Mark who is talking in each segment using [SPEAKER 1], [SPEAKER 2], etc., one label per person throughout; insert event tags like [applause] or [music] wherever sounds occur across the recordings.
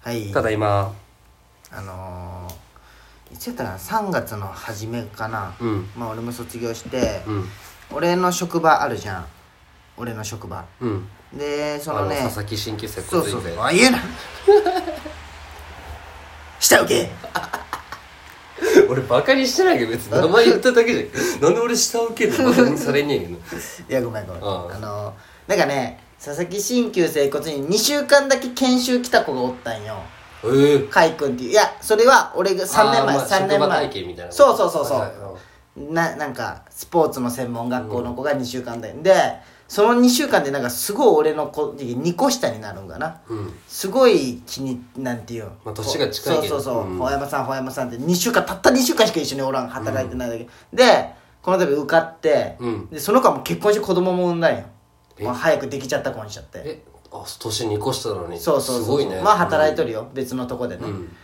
[SPEAKER 1] はい
[SPEAKER 2] ただ今
[SPEAKER 1] あのー、いつやったかな3月の初めかな、
[SPEAKER 2] うん
[SPEAKER 1] まあ俺も卒業して、
[SPEAKER 2] うん
[SPEAKER 1] 俺の職場あるじゃん俺の職場
[SPEAKER 2] うん
[SPEAKER 1] でそ
[SPEAKER 2] あ
[SPEAKER 1] の
[SPEAKER 2] の
[SPEAKER 1] ね
[SPEAKER 2] 佐々木新規接
[SPEAKER 1] そう
[SPEAKER 2] 骨
[SPEAKER 1] そう
[SPEAKER 2] 院
[SPEAKER 1] そう
[SPEAKER 2] で
[SPEAKER 1] あ言えな [laughs] 下請け
[SPEAKER 2] 俺バカにしてないけど別に名前言っただけじゃんなんで俺下請けでバカにされんねんけ [laughs] ど
[SPEAKER 1] いやごめんごめん
[SPEAKER 2] うん
[SPEAKER 1] あのー、なんかね佐々木新旧整骨院2週間だけ研修来た子がおったんよ
[SPEAKER 2] ええ
[SPEAKER 1] 海君っていういやそれは俺が3年前、
[SPEAKER 2] あーまあ
[SPEAKER 1] 3年
[SPEAKER 2] 職場
[SPEAKER 1] 前
[SPEAKER 2] 体験みたいな
[SPEAKER 1] そうそうそうそう、
[SPEAKER 2] はいは
[SPEAKER 1] ななんかスポーツの専門学校の子が2週間で、でその2週間でなんかすごい俺の子2個下になるんかな
[SPEAKER 2] うん
[SPEAKER 1] すごい気になんていう
[SPEAKER 2] まあ年が近いけ
[SPEAKER 1] そ
[SPEAKER 2] ど
[SPEAKER 1] うそうそう
[SPEAKER 2] うん
[SPEAKER 1] ほ山さんほ山さんって2週間たった2週間しか一緒におらん働いてないだけ、でこの度受かって、
[SPEAKER 2] うん
[SPEAKER 1] でその子はもう結婚して子供も産んだんよ
[SPEAKER 2] え
[SPEAKER 1] まあ早くできちゃった子にしちゃって
[SPEAKER 2] えあ年2個下なのに
[SPEAKER 1] そうそうそう
[SPEAKER 2] すごいね
[SPEAKER 1] まあ働い
[SPEAKER 2] て
[SPEAKER 1] とるよ、別のとこでね、
[SPEAKER 2] うん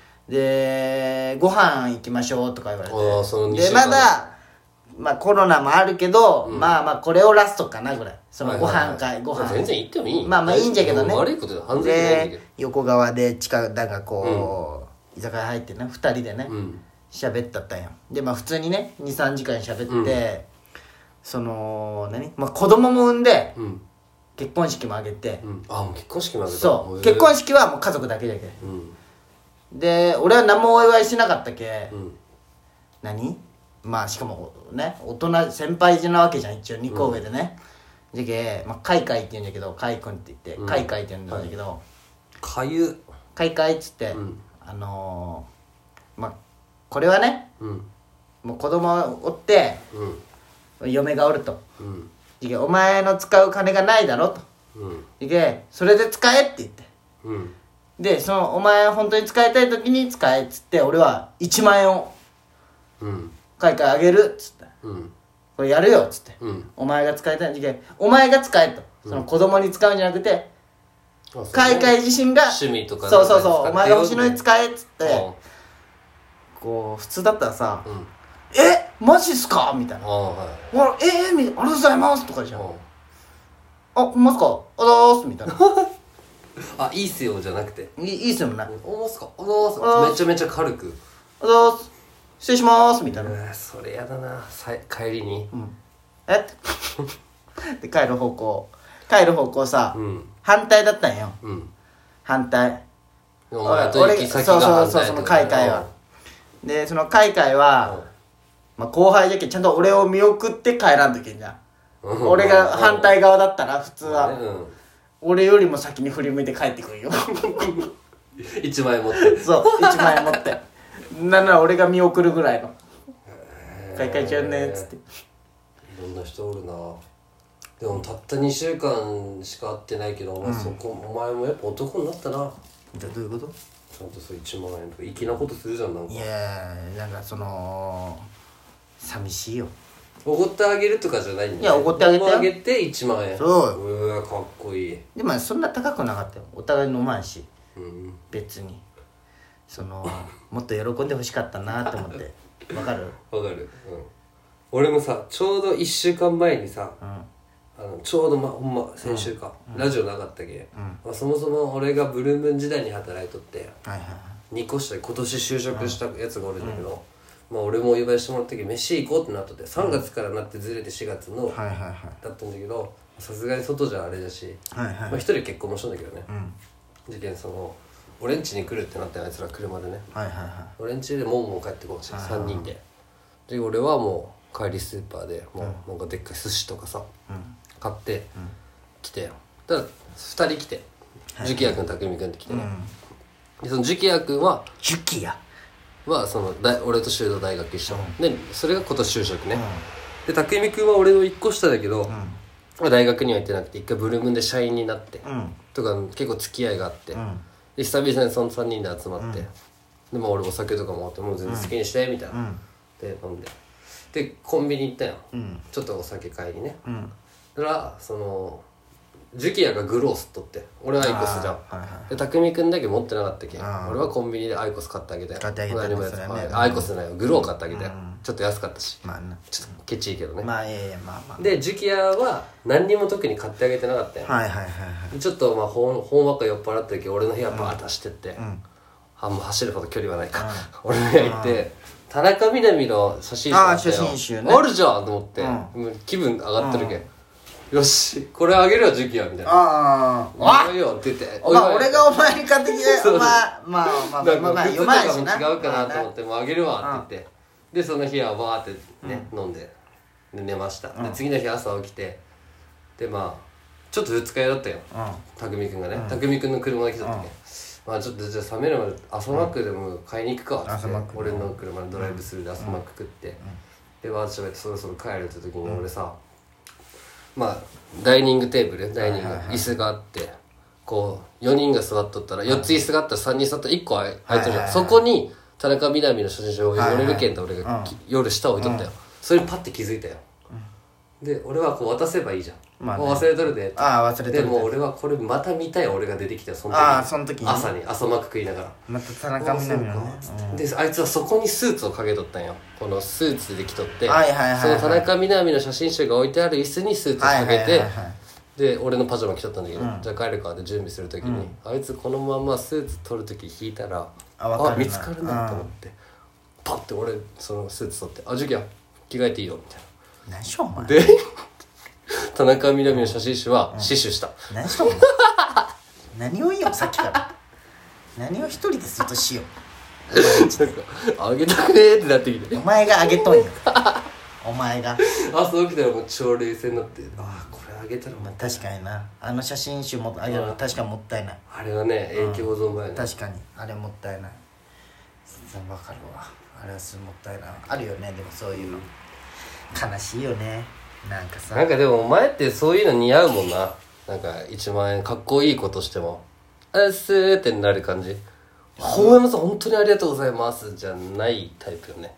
[SPEAKER 1] でご飯行きましょうとか言われて
[SPEAKER 2] あーその二
[SPEAKER 1] で
[SPEAKER 2] 週間
[SPEAKER 1] まだまあコロナもあるけど、まあまあこれをラストかなぐらいそのご飯会、ご飯
[SPEAKER 2] 全然行ってもいい
[SPEAKER 1] まあまあいいんじゃけどね
[SPEAKER 2] 悪いことで犯罪じゃないんだ
[SPEAKER 1] で
[SPEAKER 2] け
[SPEAKER 1] 横側で近くだがこう、居酒屋入ってね2人でね
[SPEAKER 2] どうん
[SPEAKER 1] 喋ったったんよでまあ普通にね23時間喋って、その何、まあ、子供も産んで
[SPEAKER 2] うん
[SPEAKER 1] 結婚式も挙げて
[SPEAKER 2] う、んあもう結婚式までだ
[SPEAKER 1] そう
[SPEAKER 2] へえ
[SPEAKER 1] 結婚式はもう家族だけじゃけ
[SPEAKER 2] うん
[SPEAKER 1] で俺は何もお祝いしなかったけ、
[SPEAKER 2] うん
[SPEAKER 1] 何まあしかもね大人先輩なわけじゃん一応2個上でね、じゃけまあカイカイって言うんだけどカイ君って言って、
[SPEAKER 2] うん
[SPEAKER 1] カイカイって言うんだけど、
[SPEAKER 2] かゆ
[SPEAKER 1] カイカイっつって、
[SPEAKER 2] うん
[SPEAKER 1] あのー、まあこれはね
[SPEAKER 2] うん
[SPEAKER 1] もう子供おって
[SPEAKER 2] うん
[SPEAKER 1] 嫁がおると
[SPEAKER 2] うん
[SPEAKER 1] じゃけお前の使う金がないだろと
[SPEAKER 2] うん
[SPEAKER 1] じゃけそれで使えって言って
[SPEAKER 2] うん
[SPEAKER 1] でそのお前本当に使いたい時に使えっつって俺は1万円を
[SPEAKER 2] うん
[SPEAKER 1] カイカイあげるっつって
[SPEAKER 2] うん
[SPEAKER 1] これやるよっつって、
[SPEAKER 2] うん
[SPEAKER 1] お前が使いたい時間お前が使えとその子供に使うんじゃなくて、
[SPEAKER 2] あそう
[SPEAKER 1] 海外自身が
[SPEAKER 2] 趣味とか
[SPEAKER 1] そうそうそう
[SPEAKER 2] な
[SPEAKER 1] お
[SPEAKER 2] んか
[SPEAKER 1] 前が
[SPEAKER 2] 使ってよ
[SPEAKER 1] 星のに使えっつって、
[SPEAKER 2] あ
[SPEAKER 1] こう普通だったらさ「
[SPEAKER 2] うん
[SPEAKER 1] えマジっすか?」みたい
[SPEAKER 2] あ
[SPEAKER 1] な「
[SPEAKER 2] はい
[SPEAKER 1] ほらええみたいな「ありがとうございます」とかじゃん「あ
[SPEAKER 2] う
[SPEAKER 1] ほんまっすかあざーす」みたいな
[SPEAKER 2] んあいいっすよじゃなくて
[SPEAKER 1] いいいいっすよね「あざ
[SPEAKER 2] おますかおます
[SPEAKER 1] あー
[SPEAKER 2] めちゃめちゃ軽く
[SPEAKER 1] ーす失礼します」みたいうな「
[SPEAKER 2] わそれやだなさい帰りに
[SPEAKER 1] うん、え [laughs] っ?」で帰る方向帰る方向さ、
[SPEAKER 2] うん
[SPEAKER 1] 反対だったんよ
[SPEAKER 2] うん
[SPEAKER 1] 反対
[SPEAKER 2] お前と行き先が
[SPEAKER 1] 俺
[SPEAKER 2] 反
[SPEAKER 1] そう
[SPEAKER 2] 対
[SPEAKER 1] そうそうその海外はでその海外
[SPEAKER 2] う
[SPEAKER 1] は
[SPEAKER 2] ん、
[SPEAKER 1] まあ、後輩じゃけんちゃんと俺を見送って帰らんといけんじゃん
[SPEAKER 2] うん
[SPEAKER 1] 俺が反対側だったら普通
[SPEAKER 2] う
[SPEAKER 1] は
[SPEAKER 2] ん
[SPEAKER 1] 俺よりも先に振り向いて帰ってくる
[SPEAKER 2] [laughs]
[SPEAKER 1] よ
[SPEAKER 2] 一枚持
[SPEAKER 1] [laughs]
[SPEAKER 2] って
[SPEAKER 1] そう1万円持ってなんなら俺が見送るぐらいの「海外ちゃんね」っつって
[SPEAKER 2] いろんな人おるなでもたった2週間しか会ってないけどお前そこ、お前もやっぱ男になったな
[SPEAKER 1] じゃどういうこと
[SPEAKER 2] ちゃんとそう1万円とか粋なことするじゃんなんか
[SPEAKER 1] いやーなんかその寂しいよ
[SPEAKER 2] おごってあげるとかじゃないんだね
[SPEAKER 1] いやおごってあげてよ
[SPEAKER 2] おごあげて1万円
[SPEAKER 1] そう
[SPEAKER 2] うわかっこいい
[SPEAKER 1] でもそんな高くなかったよお互い飲まんし
[SPEAKER 2] うん
[SPEAKER 1] 別にそのもっと喜んでほしかったなと思ってわかる
[SPEAKER 2] わかる、うん、俺もさちょうど1週間前にさ、
[SPEAKER 1] ん
[SPEAKER 2] あのちょうど、ま、ほんま先週か、ラジオなかったけ、まあ、そもそも俺がブルームーン時代に働いとって
[SPEAKER 1] はいはい
[SPEAKER 2] 2個下で今年就職したやつがおるんだけど、まあ、俺もお祝いしてもらった時飯行こうってなっとって3月からなってずれて4月の、
[SPEAKER 1] はいはいはい
[SPEAKER 2] だったんだけどさすがに外じゃあれだし、
[SPEAKER 1] はい
[SPEAKER 2] ま
[SPEAKER 1] は
[SPEAKER 2] あ、
[SPEAKER 1] い
[SPEAKER 2] 1人結婚もしたんだけどね、事件その俺ん家に来るってなってあいつら車でね、
[SPEAKER 1] はいはいは
[SPEAKER 2] 俺ん家でもんもん帰ってこうし3人でで俺はもう帰りスーパーでもうなんかでっかい寿司とかさ、買って来てただ2人来て樹輝也君匠君って来てね、でその樹輝也君はい
[SPEAKER 1] ジュキや
[SPEAKER 2] はその大俺と修道大学一緒、でそれが今年就職ね、で匠君は俺の1個下だけど、まあ大学には行ってなくて一回ブルームーンで社員になって、
[SPEAKER 1] ん
[SPEAKER 2] とか結構付き合いがあって、
[SPEAKER 1] ん
[SPEAKER 2] で久々にその3人で集まって、でも俺お酒とかもあってもう全然好きにしてみたいな、で飲んででコンビニ行ったよ、ちょっとお酒買いにね、だからそのジュキヤがグロース取って俺はアイコスじゃん
[SPEAKER 1] あーはいはい
[SPEAKER 2] で匠君だけ持ってなかったっけ
[SPEAKER 1] あー
[SPEAKER 2] 俺はコンビニでアイコス買ってあげて
[SPEAKER 1] 買ってあげたね
[SPEAKER 2] 隣のやつ
[SPEAKER 1] それね
[SPEAKER 2] はいアイコスじゃないよグロー買ってあげて
[SPEAKER 1] うん
[SPEAKER 2] ちょっと安かったし
[SPEAKER 1] まあな
[SPEAKER 2] ちょっとケチいけどね
[SPEAKER 1] まあええまあまあ
[SPEAKER 2] でジュキヤは何にも特に買ってあげてなかったよ
[SPEAKER 1] はいはいはいはい
[SPEAKER 2] ちょっとまあほんほんわか酔っ払った時俺の部屋バーッと走ってって、
[SPEAKER 1] ん
[SPEAKER 2] あんま走るほど距離はないか、俺の部屋行って田中みな実の写真集あったよ
[SPEAKER 1] あー写真集ね
[SPEAKER 2] あるじゃんと思って、もう気分上がってるけん、よしこれあげるよジュキヤみたいな
[SPEAKER 1] ああ
[SPEAKER 2] あよって言って
[SPEAKER 1] まあ俺がお前に買ってきて
[SPEAKER 2] そう
[SPEAKER 1] まあまあまあまあまあまあ
[SPEAKER 2] なん
[SPEAKER 1] 読
[SPEAKER 2] か
[SPEAKER 1] まない
[SPEAKER 2] 靴
[SPEAKER 1] し
[SPEAKER 2] と
[SPEAKER 1] な
[SPEAKER 2] かも違うかなと思ってもうあげるわって言ってでその日はバーってね飲んでで寝ましたで次の日朝起きてでまあちょっと二日酔いだったよ匠君がね匠君の車で来た時まあちょっとじゃあ冷めるまで朝マックでも買いに行くかっつ
[SPEAKER 1] 朝
[SPEAKER 2] って
[SPEAKER 1] マック
[SPEAKER 2] 俺の車でドライブスルーで朝マック食ってでわーって喋ってそろそろ帰るって時に俺さまあダイニングテーブルダイニング椅子があってこう4人が座っとったら4つ椅子があったら3人座ったら1個空い空いて
[SPEAKER 1] は
[SPEAKER 2] る
[SPEAKER 1] いはいはい
[SPEAKER 2] そこに田中みな実の写真集を
[SPEAKER 1] はいはい
[SPEAKER 2] 俺の件と俺がき夜下置いとったよそれにパッて気づいたよで俺はこう渡せばいいじゃん
[SPEAKER 1] まあね
[SPEAKER 2] もう忘れとるで
[SPEAKER 1] ああ忘れて
[SPEAKER 2] で
[SPEAKER 1] る
[SPEAKER 2] も俺はこれまた見たい俺が出てきたよその
[SPEAKER 1] ああその時にね
[SPEAKER 2] 朝に朝マック食いながら
[SPEAKER 1] また田中みな実のね
[SPEAKER 2] であいつはそこにスーツをかけとったんよこのスーツで着とって
[SPEAKER 1] はいはいはいはい
[SPEAKER 2] その田中みな実の写真集が置いてある椅子にスーツをか
[SPEAKER 1] は
[SPEAKER 2] け
[SPEAKER 1] いはい
[SPEAKER 2] て
[SPEAKER 1] はいはい
[SPEAKER 2] で俺のパジャマ着とったんだけど、じゃあ帰るかって準備する時に、あいつこのままスーツ取る時引いたら
[SPEAKER 1] あわかるな
[SPEAKER 2] 見つかるなと思ってパッて俺そのスーツ取って「あジュキヤ着替えていいよ」みたいな。
[SPEAKER 1] 何しようお前
[SPEAKER 2] で [laughs] 田中みな実の写真集は死守した、
[SPEAKER 1] 何しよう [laughs] お前何を言いよさっきから何を一人でずっとしよ
[SPEAKER 2] なんかあげたくねーってなってきて
[SPEAKER 1] うお前があげとんやお前が
[SPEAKER 2] 朝起きたらもう超冷静になってああこれあげたらも
[SPEAKER 1] ま
[SPEAKER 2] う
[SPEAKER 1] あ確かになあの写真集もあげるの確かにもったいない
[SPEAKER 2] あれはね永久保存前ね
[SPEAKER 1] 確かにあれもったいない全然わかるわあれはすごいもったいないあるよねでもそういうの悲しいよねなんかさ
[SPEAKER 2] なんかでもお前ってそういうの似合うもんななんか1万円かっこいいことしても「あっすー」ってなる感じ大山さん本当にありがとうございますじゃないタイプよね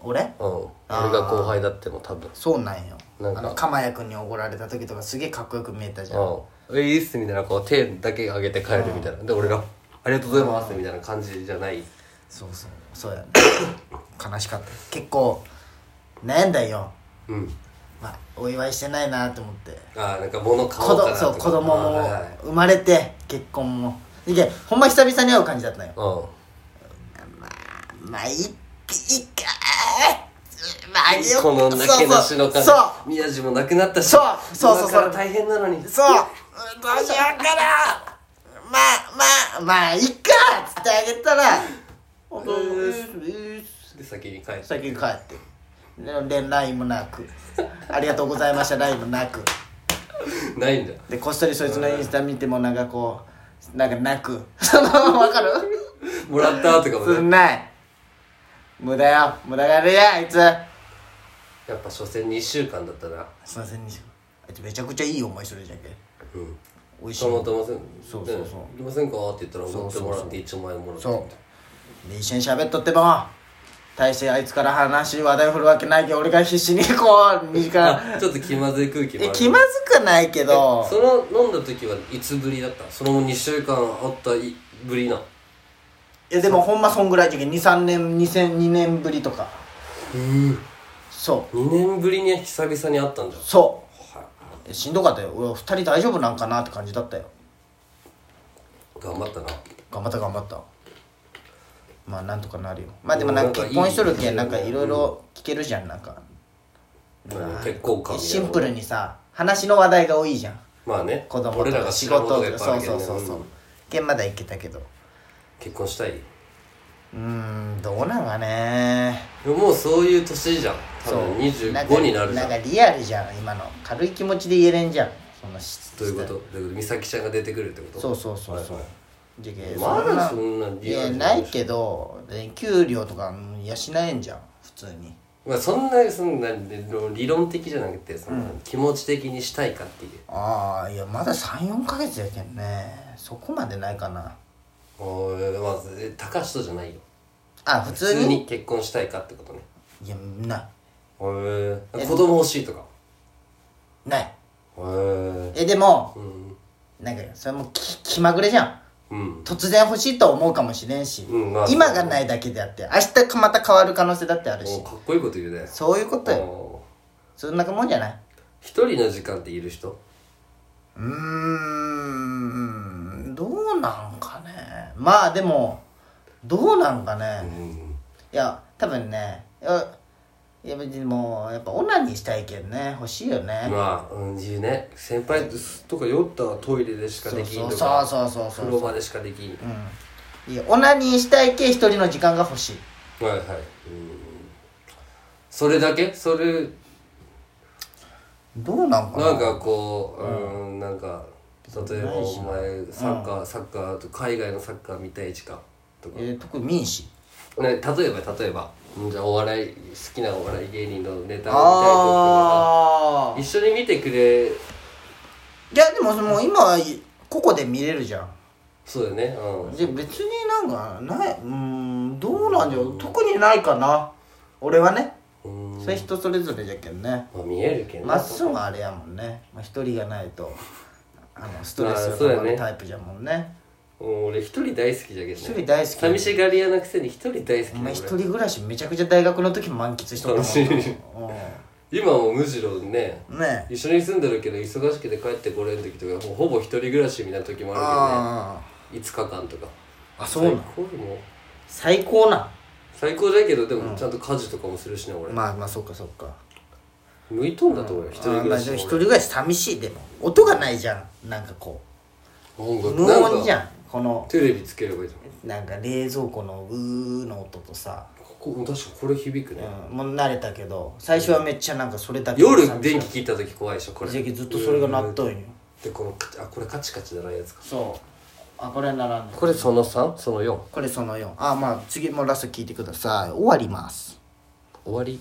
[SPEAKER 1] 俺
[SPEAKER 2] うん俺が後輩だっても多分
[SPEAKER 1] そうなんよ
[SPEAKER 2] なんか
[SPEAKER 1] あの鎌谷君におごられた時とかすげえかっこよく見えたじゃん
[SPEAKER 2] うん「えいいっす」みたいなこう手だけ上げて帰るみたいなで俺が「ありがとうございます」みたいな感じじゃない
[SPEAKER 1] そうそうそうやね [coughs] 悲しかった結構悩んだよ
[SPEAKER 2] うん
[SPEAKER 1] まあお祝いしてないなと思って
[SPEAKER 2] ああなんか物買
[SPEAKER 1] 子
[SPEAKER 2] おうかな
[SPEAKER 1] どそう
[SPEAKER 2] とか
[SPEAKER 1] 子供
[SPEAKER 2] あ
[SPEAKER 1] も
[SPEAKER 2] ーはいはい
[SPEAKER 1] 生まれて結婚もでほんま久々に会う感じだったのよ
[SPEAKER 2] うん
[SPEAKER 1] まあいいいいかまああげよう
[SPEAKER 2] このなけなしの
[SPEAKER 1] そう
[SPEAKER 2] 金
[SPEAKER 1] そう
[SPEAKER 2] 宮治もなくなったし
[SPEAKER 1] そうそうそうそう
[SPEAKER 2] 今から大変なのに
[SPEAKER 1] そううんどうしようかなまあまあまあいいかっつってあげたら「おどうする
[SPEAKER 2] で先に帰って
[SPEAKER 1] 先に帰ってで LINE もなく「ありがとうございました」LINE もなく
[SPEAKER 2] ないんだよ
[SPEAKER 1] でこっそりそいつのインスタ見てもなんかこうなんかなくそのわかる
[SPEAKER 2] もらったとかも
[SPEAKER 1] それ
[SPEAKER 2] ね
[SPEAKER 1] ない無駄よ無駄があるやあいつ
[SPEAKER 2] やっぱ所詮2週間だったな
[SPEAKER 1] すいませんあいつめちゃくちゃいい思いするじゃんけ
[SPEAKER 2] うん
[SPEAKER 1] 美味しい
[SPEAKER 2] そのません
[SPEAKER 1] そうそうそう
[SPEAKER 2] ねいりませんかって言ったら持ってもらって1万円もらって
[SPEAKER 1] そうで一緒に喋っとっても大してあいつから話話題振るわけないけど俺が必死にこう2時
[SPEAKER 2] [laughs]
[SPEAKER 1] 間
[SPEAKER 2] あちょっと気まずい空気もあ
[SPEAKER 1] え
[SPEAKER 2] る
[SPEAKER 1] 気まずくはないけど
[SPEAKER 2] その飲んだ時はいつぶりだったその2週間あったいぶりない
[SPEAKER 1] やでもほんまそんぐらいじゃけ23年2002年ぶりとか
[SPEAKER 2] うん
[SPEAKER 1] そう
[SPEAKER 2] 2年ぶりに久々に会ったんじゃん
[SPEAKER 1] そうしんどかったよ俺2人大丈夫なんかなって感じだったよ
[SPEAKER 2] 頑張ったな
[SPEAKER 1] 頑張った頑張ったまあなんとかなるよまあでもなんか結婚しとるけんなんかいろいろ聞けるじゃんなんか
[SPEAKER 2] うん結婚観みた
[SPEAKER 1] シ
[SPEAKER 2] いな
[SPEAKER 1] ンプルにさ話の話題が多いじゃん
[SPEAKER 2] まあね
[SPEAKER 1] 子供
[SPEAKER 2] 俺
[SPEAKER 1] と
[SPEAKER 2] らが
[SPEAKER 1] か
[SPEAKER 2] 仕
[SPEAKER 1] 仕
[SPEAKER 2] 事
[SPEAKER 1] 事と
[SPEAKER 2] とかいっ
[SPEAKER 1] か
[SPEAKER 2] ぱいあ
[SPEAKER 1] そう
[SPEAKER 2] るけ
[SPEAKER 1] そ
[SPEAKER 2] ど
[SPEAKER 1] うそう
[SPEAKER 2] ね
[SPEAKER 1] そう
[SPEAKER 2] うん
[SPEAKER 1] けんまだ行けたけど
[SPEAKER 2] 結婚したいう
[SPEAKER 1] ーんどうなんかね
[SPEAKER 2] もうそういう年じゃん多
[SPEAKER 1] そう
[SPEAKER 2] 分
[SPEAKER 1] なんか
[SPEAKER 2] 25になるじゃん
[SPEAKER 1] なんかリアルじゃん今の軽い気持ちで言えれんじゃんそのし
[SPEAKER 2] どういうことどういうこと美咲ちゃんが出てくるってこと
[SPEAKER 1] そうそうそうそう
[SPEAKER 2] はいはい
[SPEAKER 1] じゃけ
[SPEAKER 2] まだそんな
[SPEAKER 1] リ
[SPEAKER 2] リ
[SPEAKER 1] ア
[SPEAKER 2] ア
[SPEAKER 1] ル
[SPEAKER 2] ル
[SPEAKER 1] い
[SPEAKER 2] じゃ
[SPEAKER 1] や
[SPEAKER 2] ない
[SPEAKER 1] ないけどで給料とかうん養えんじゃん普通に
[SPEAKER 2] まあそんなそんな理論的じゃなくてその気持ち的にしたいかっていう、
[SPEAKER 1] ああいやまだ34ヶ月やけんねそこまでないかな
[SPEAKER 2] おーまあえ高橋とじゃないよ
[SPEAKER 1] あ普
[SPEAKER 2] 普
[SPEAKER 1] 通に
[SPEAKER 2] 通に結婚したいかってことね
[SPEAKER 1] いやない
[SPEAKER 2] へえ子供欲しいとか
[SPEAKER 1] ない
[SPEAKER 2] へえ
[SPEAKER 1] えでも
[SPEAKER 2] うん
[SPEAKER 1] なんかそれもき気まぐれじゃん
[SPEAKER 2] うん
[SPEAKER 1] 突然欲しいとは思うかもしれんし、
[SPEAKER 2] うんまあ
[SPEAKER 1] 今がないだけであって明日また変わる可能性だってある
[SPEAKER 2] お
[SPEAKER 1] し
[SPEAKER 2] かっこいいこと言うね
[SPEAKER 1] そういうことよ
[SPEAKER 2] お
[SPEAKER 1] そんなもんじゃない
[SPEAKER 2] 一人の時間っている人
[SPEAKER 1] うーんどうなんかねまあでもどうなんかね、
[SPEAKER 2] うん
[SPEAKER 1] いや多分ねいやいや別にもうやっぱオナニーしたいけんね欲しいよね、
[SPEAKER 2] まあうん言うね先輩とか酔ったらトイレでしか
[SPEAKER 1] そ
[SPEAKER 2] で
[SPEAKER 1] う
[SPEAKER 2] きん
[SPEAKER 1] そう
[SPEAKER 2] と
[SPEAKER 1] そう
[SPEAKER 2] か
[SPEAKER 1] そうそうそう
[SPEAKER 2] 風呂場でしかできん
[SPEAKER 1] うんいやオナニーしたいけん一人の時間が欲しい
[SPEAKER 2] はいはいうんそれだけそれ
[SPEAKER 1] どうなんかな
[SPEAKER 2] なんかこううんなんか例えば
[SPEAKER 1] ないし
[SPEAKER 2] お
[SPEAKER 1] な
[SPEAKER 2] 前サッカーサッカーと海外のサッカー見たい時間とか
[SPEAKER 1] えー特に民主
[SPEAKER 2] ね、例えば例えばうんじゃあお笑い好きなお笑い芸人のネタみたいとか
[SPEAKER 1] ああ
[SPEAKER 2] 一緒に見てくれ
[SPEAKER 1] いやでもその今はいここで見れるじゃん
[SPEAKER 2] そうだよねうん
[SPEAKER 1] で別になんかないうーんどうなんじゃ特にないかな俺はね
[SPEAKER 2] うん
[SPEAKER 1] それ人それぞれじゃけんね
[SPEAKER 2] まあ見えるけど
[SPEAKER 1] まっすぐはあれやもんねまあ一人がないとあのストレス
[SPEAKER 2] ま
[SPEAKER 1] が
[SPEAKER 2] あそう
[SPEAKER 1] か
[SPEAKER 2] や
[SPEAKER 1] か
[SPEAKER 2] ね
[SPEAKER 1] るタイプじゃもんね
[SPEAKER 2] うん俺一人大好きじゃけどね
[SPEAKER 1] 一人大好き
[SPEAKER 2] 寂しがり屋なくせに一人大好き
[SPEAKER 1] お前一
[SPEAKER 2] だよ
[SPEAKER 1] 人暮らしめちゃくちゃ大学の時満喫しとった
[SPEAKER 2] 楽しい
[SPEAKER 1] もんな
[SPEAKER 2] 俺今もうむしろね
[SPEAKER 1] うんねえ
[SPEAKER 2] 一緒に住んでるけど忙しくて帰ってこれん時とかもうほぼ一人暮らしみたいな時もあ
[SPEAKER 1] あ
[SPEAKER 2] るけどね5日間とか
[SPEAKER 1] あそうなの
[SPEAKER 2] 最高もう
[SPEAKER 1] 最高な
[SPEAKER 2] 最高だけどでもちゃんと家事とかもするしね俺
[SPEAKER 1] まあまあそっかそっか
[SPEAKER 2] 向いとんだと思うよ一人
[SPEAKER 1] あー
[SPEAKER 2] 暮
[SPEAKER 1] ま
[SPEAKER 2] ら
[SPEAKER 1] あ
[SPEAKER 2] し
[SPEAKER 1] でも
[SPEAKER 2] の俺
[SPEAKER 1] 一人暮らし寂しいでも音がないじゃんなんかこ
[SPEAKER 2] 音
[SPEAKER 1] う
[SPEAKER 2] 楽
[SPEAKER 1] 無
[SPEAKER 2] なん
[SPEAKER 1] 音
[SPEAKER 2] か
[SPEAKER 1] じゃんこの
[SPEAKER 2] テレビつければいいじゃん
[SPEAKER 1] なんか冷蔵庫のうーの音とさ、
[SPEAKER 2] ここ確かこれ響くね、
[SPEAKER 1] うん、もう慣れたけど最初はめっちゃなんかそれだけ
[SPEAKER 2] 夜
[SPEAKER 1] 寂し
[SPEAKER 2] 電
[SPEAKER 1] い
[SPEAKER 2] 気切った時怖いでしょこれ
[SPEAKER 1] じゃけずっとそれが鳴っ
[SPEAKER 2] う
[SPEAKER 1] とんよ
[SPEAKER 2] んでこのカチあこれカチカチじゃないやつか
[SPEAKER 1] そうあこれならん
[SPEAKER 2] これその3その4
[SPEAKER 1] これその4あまあ次もラスト聞いてください終わります
[SPEAKER 2] 終わり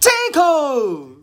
[SPEAKER 1] チェイコー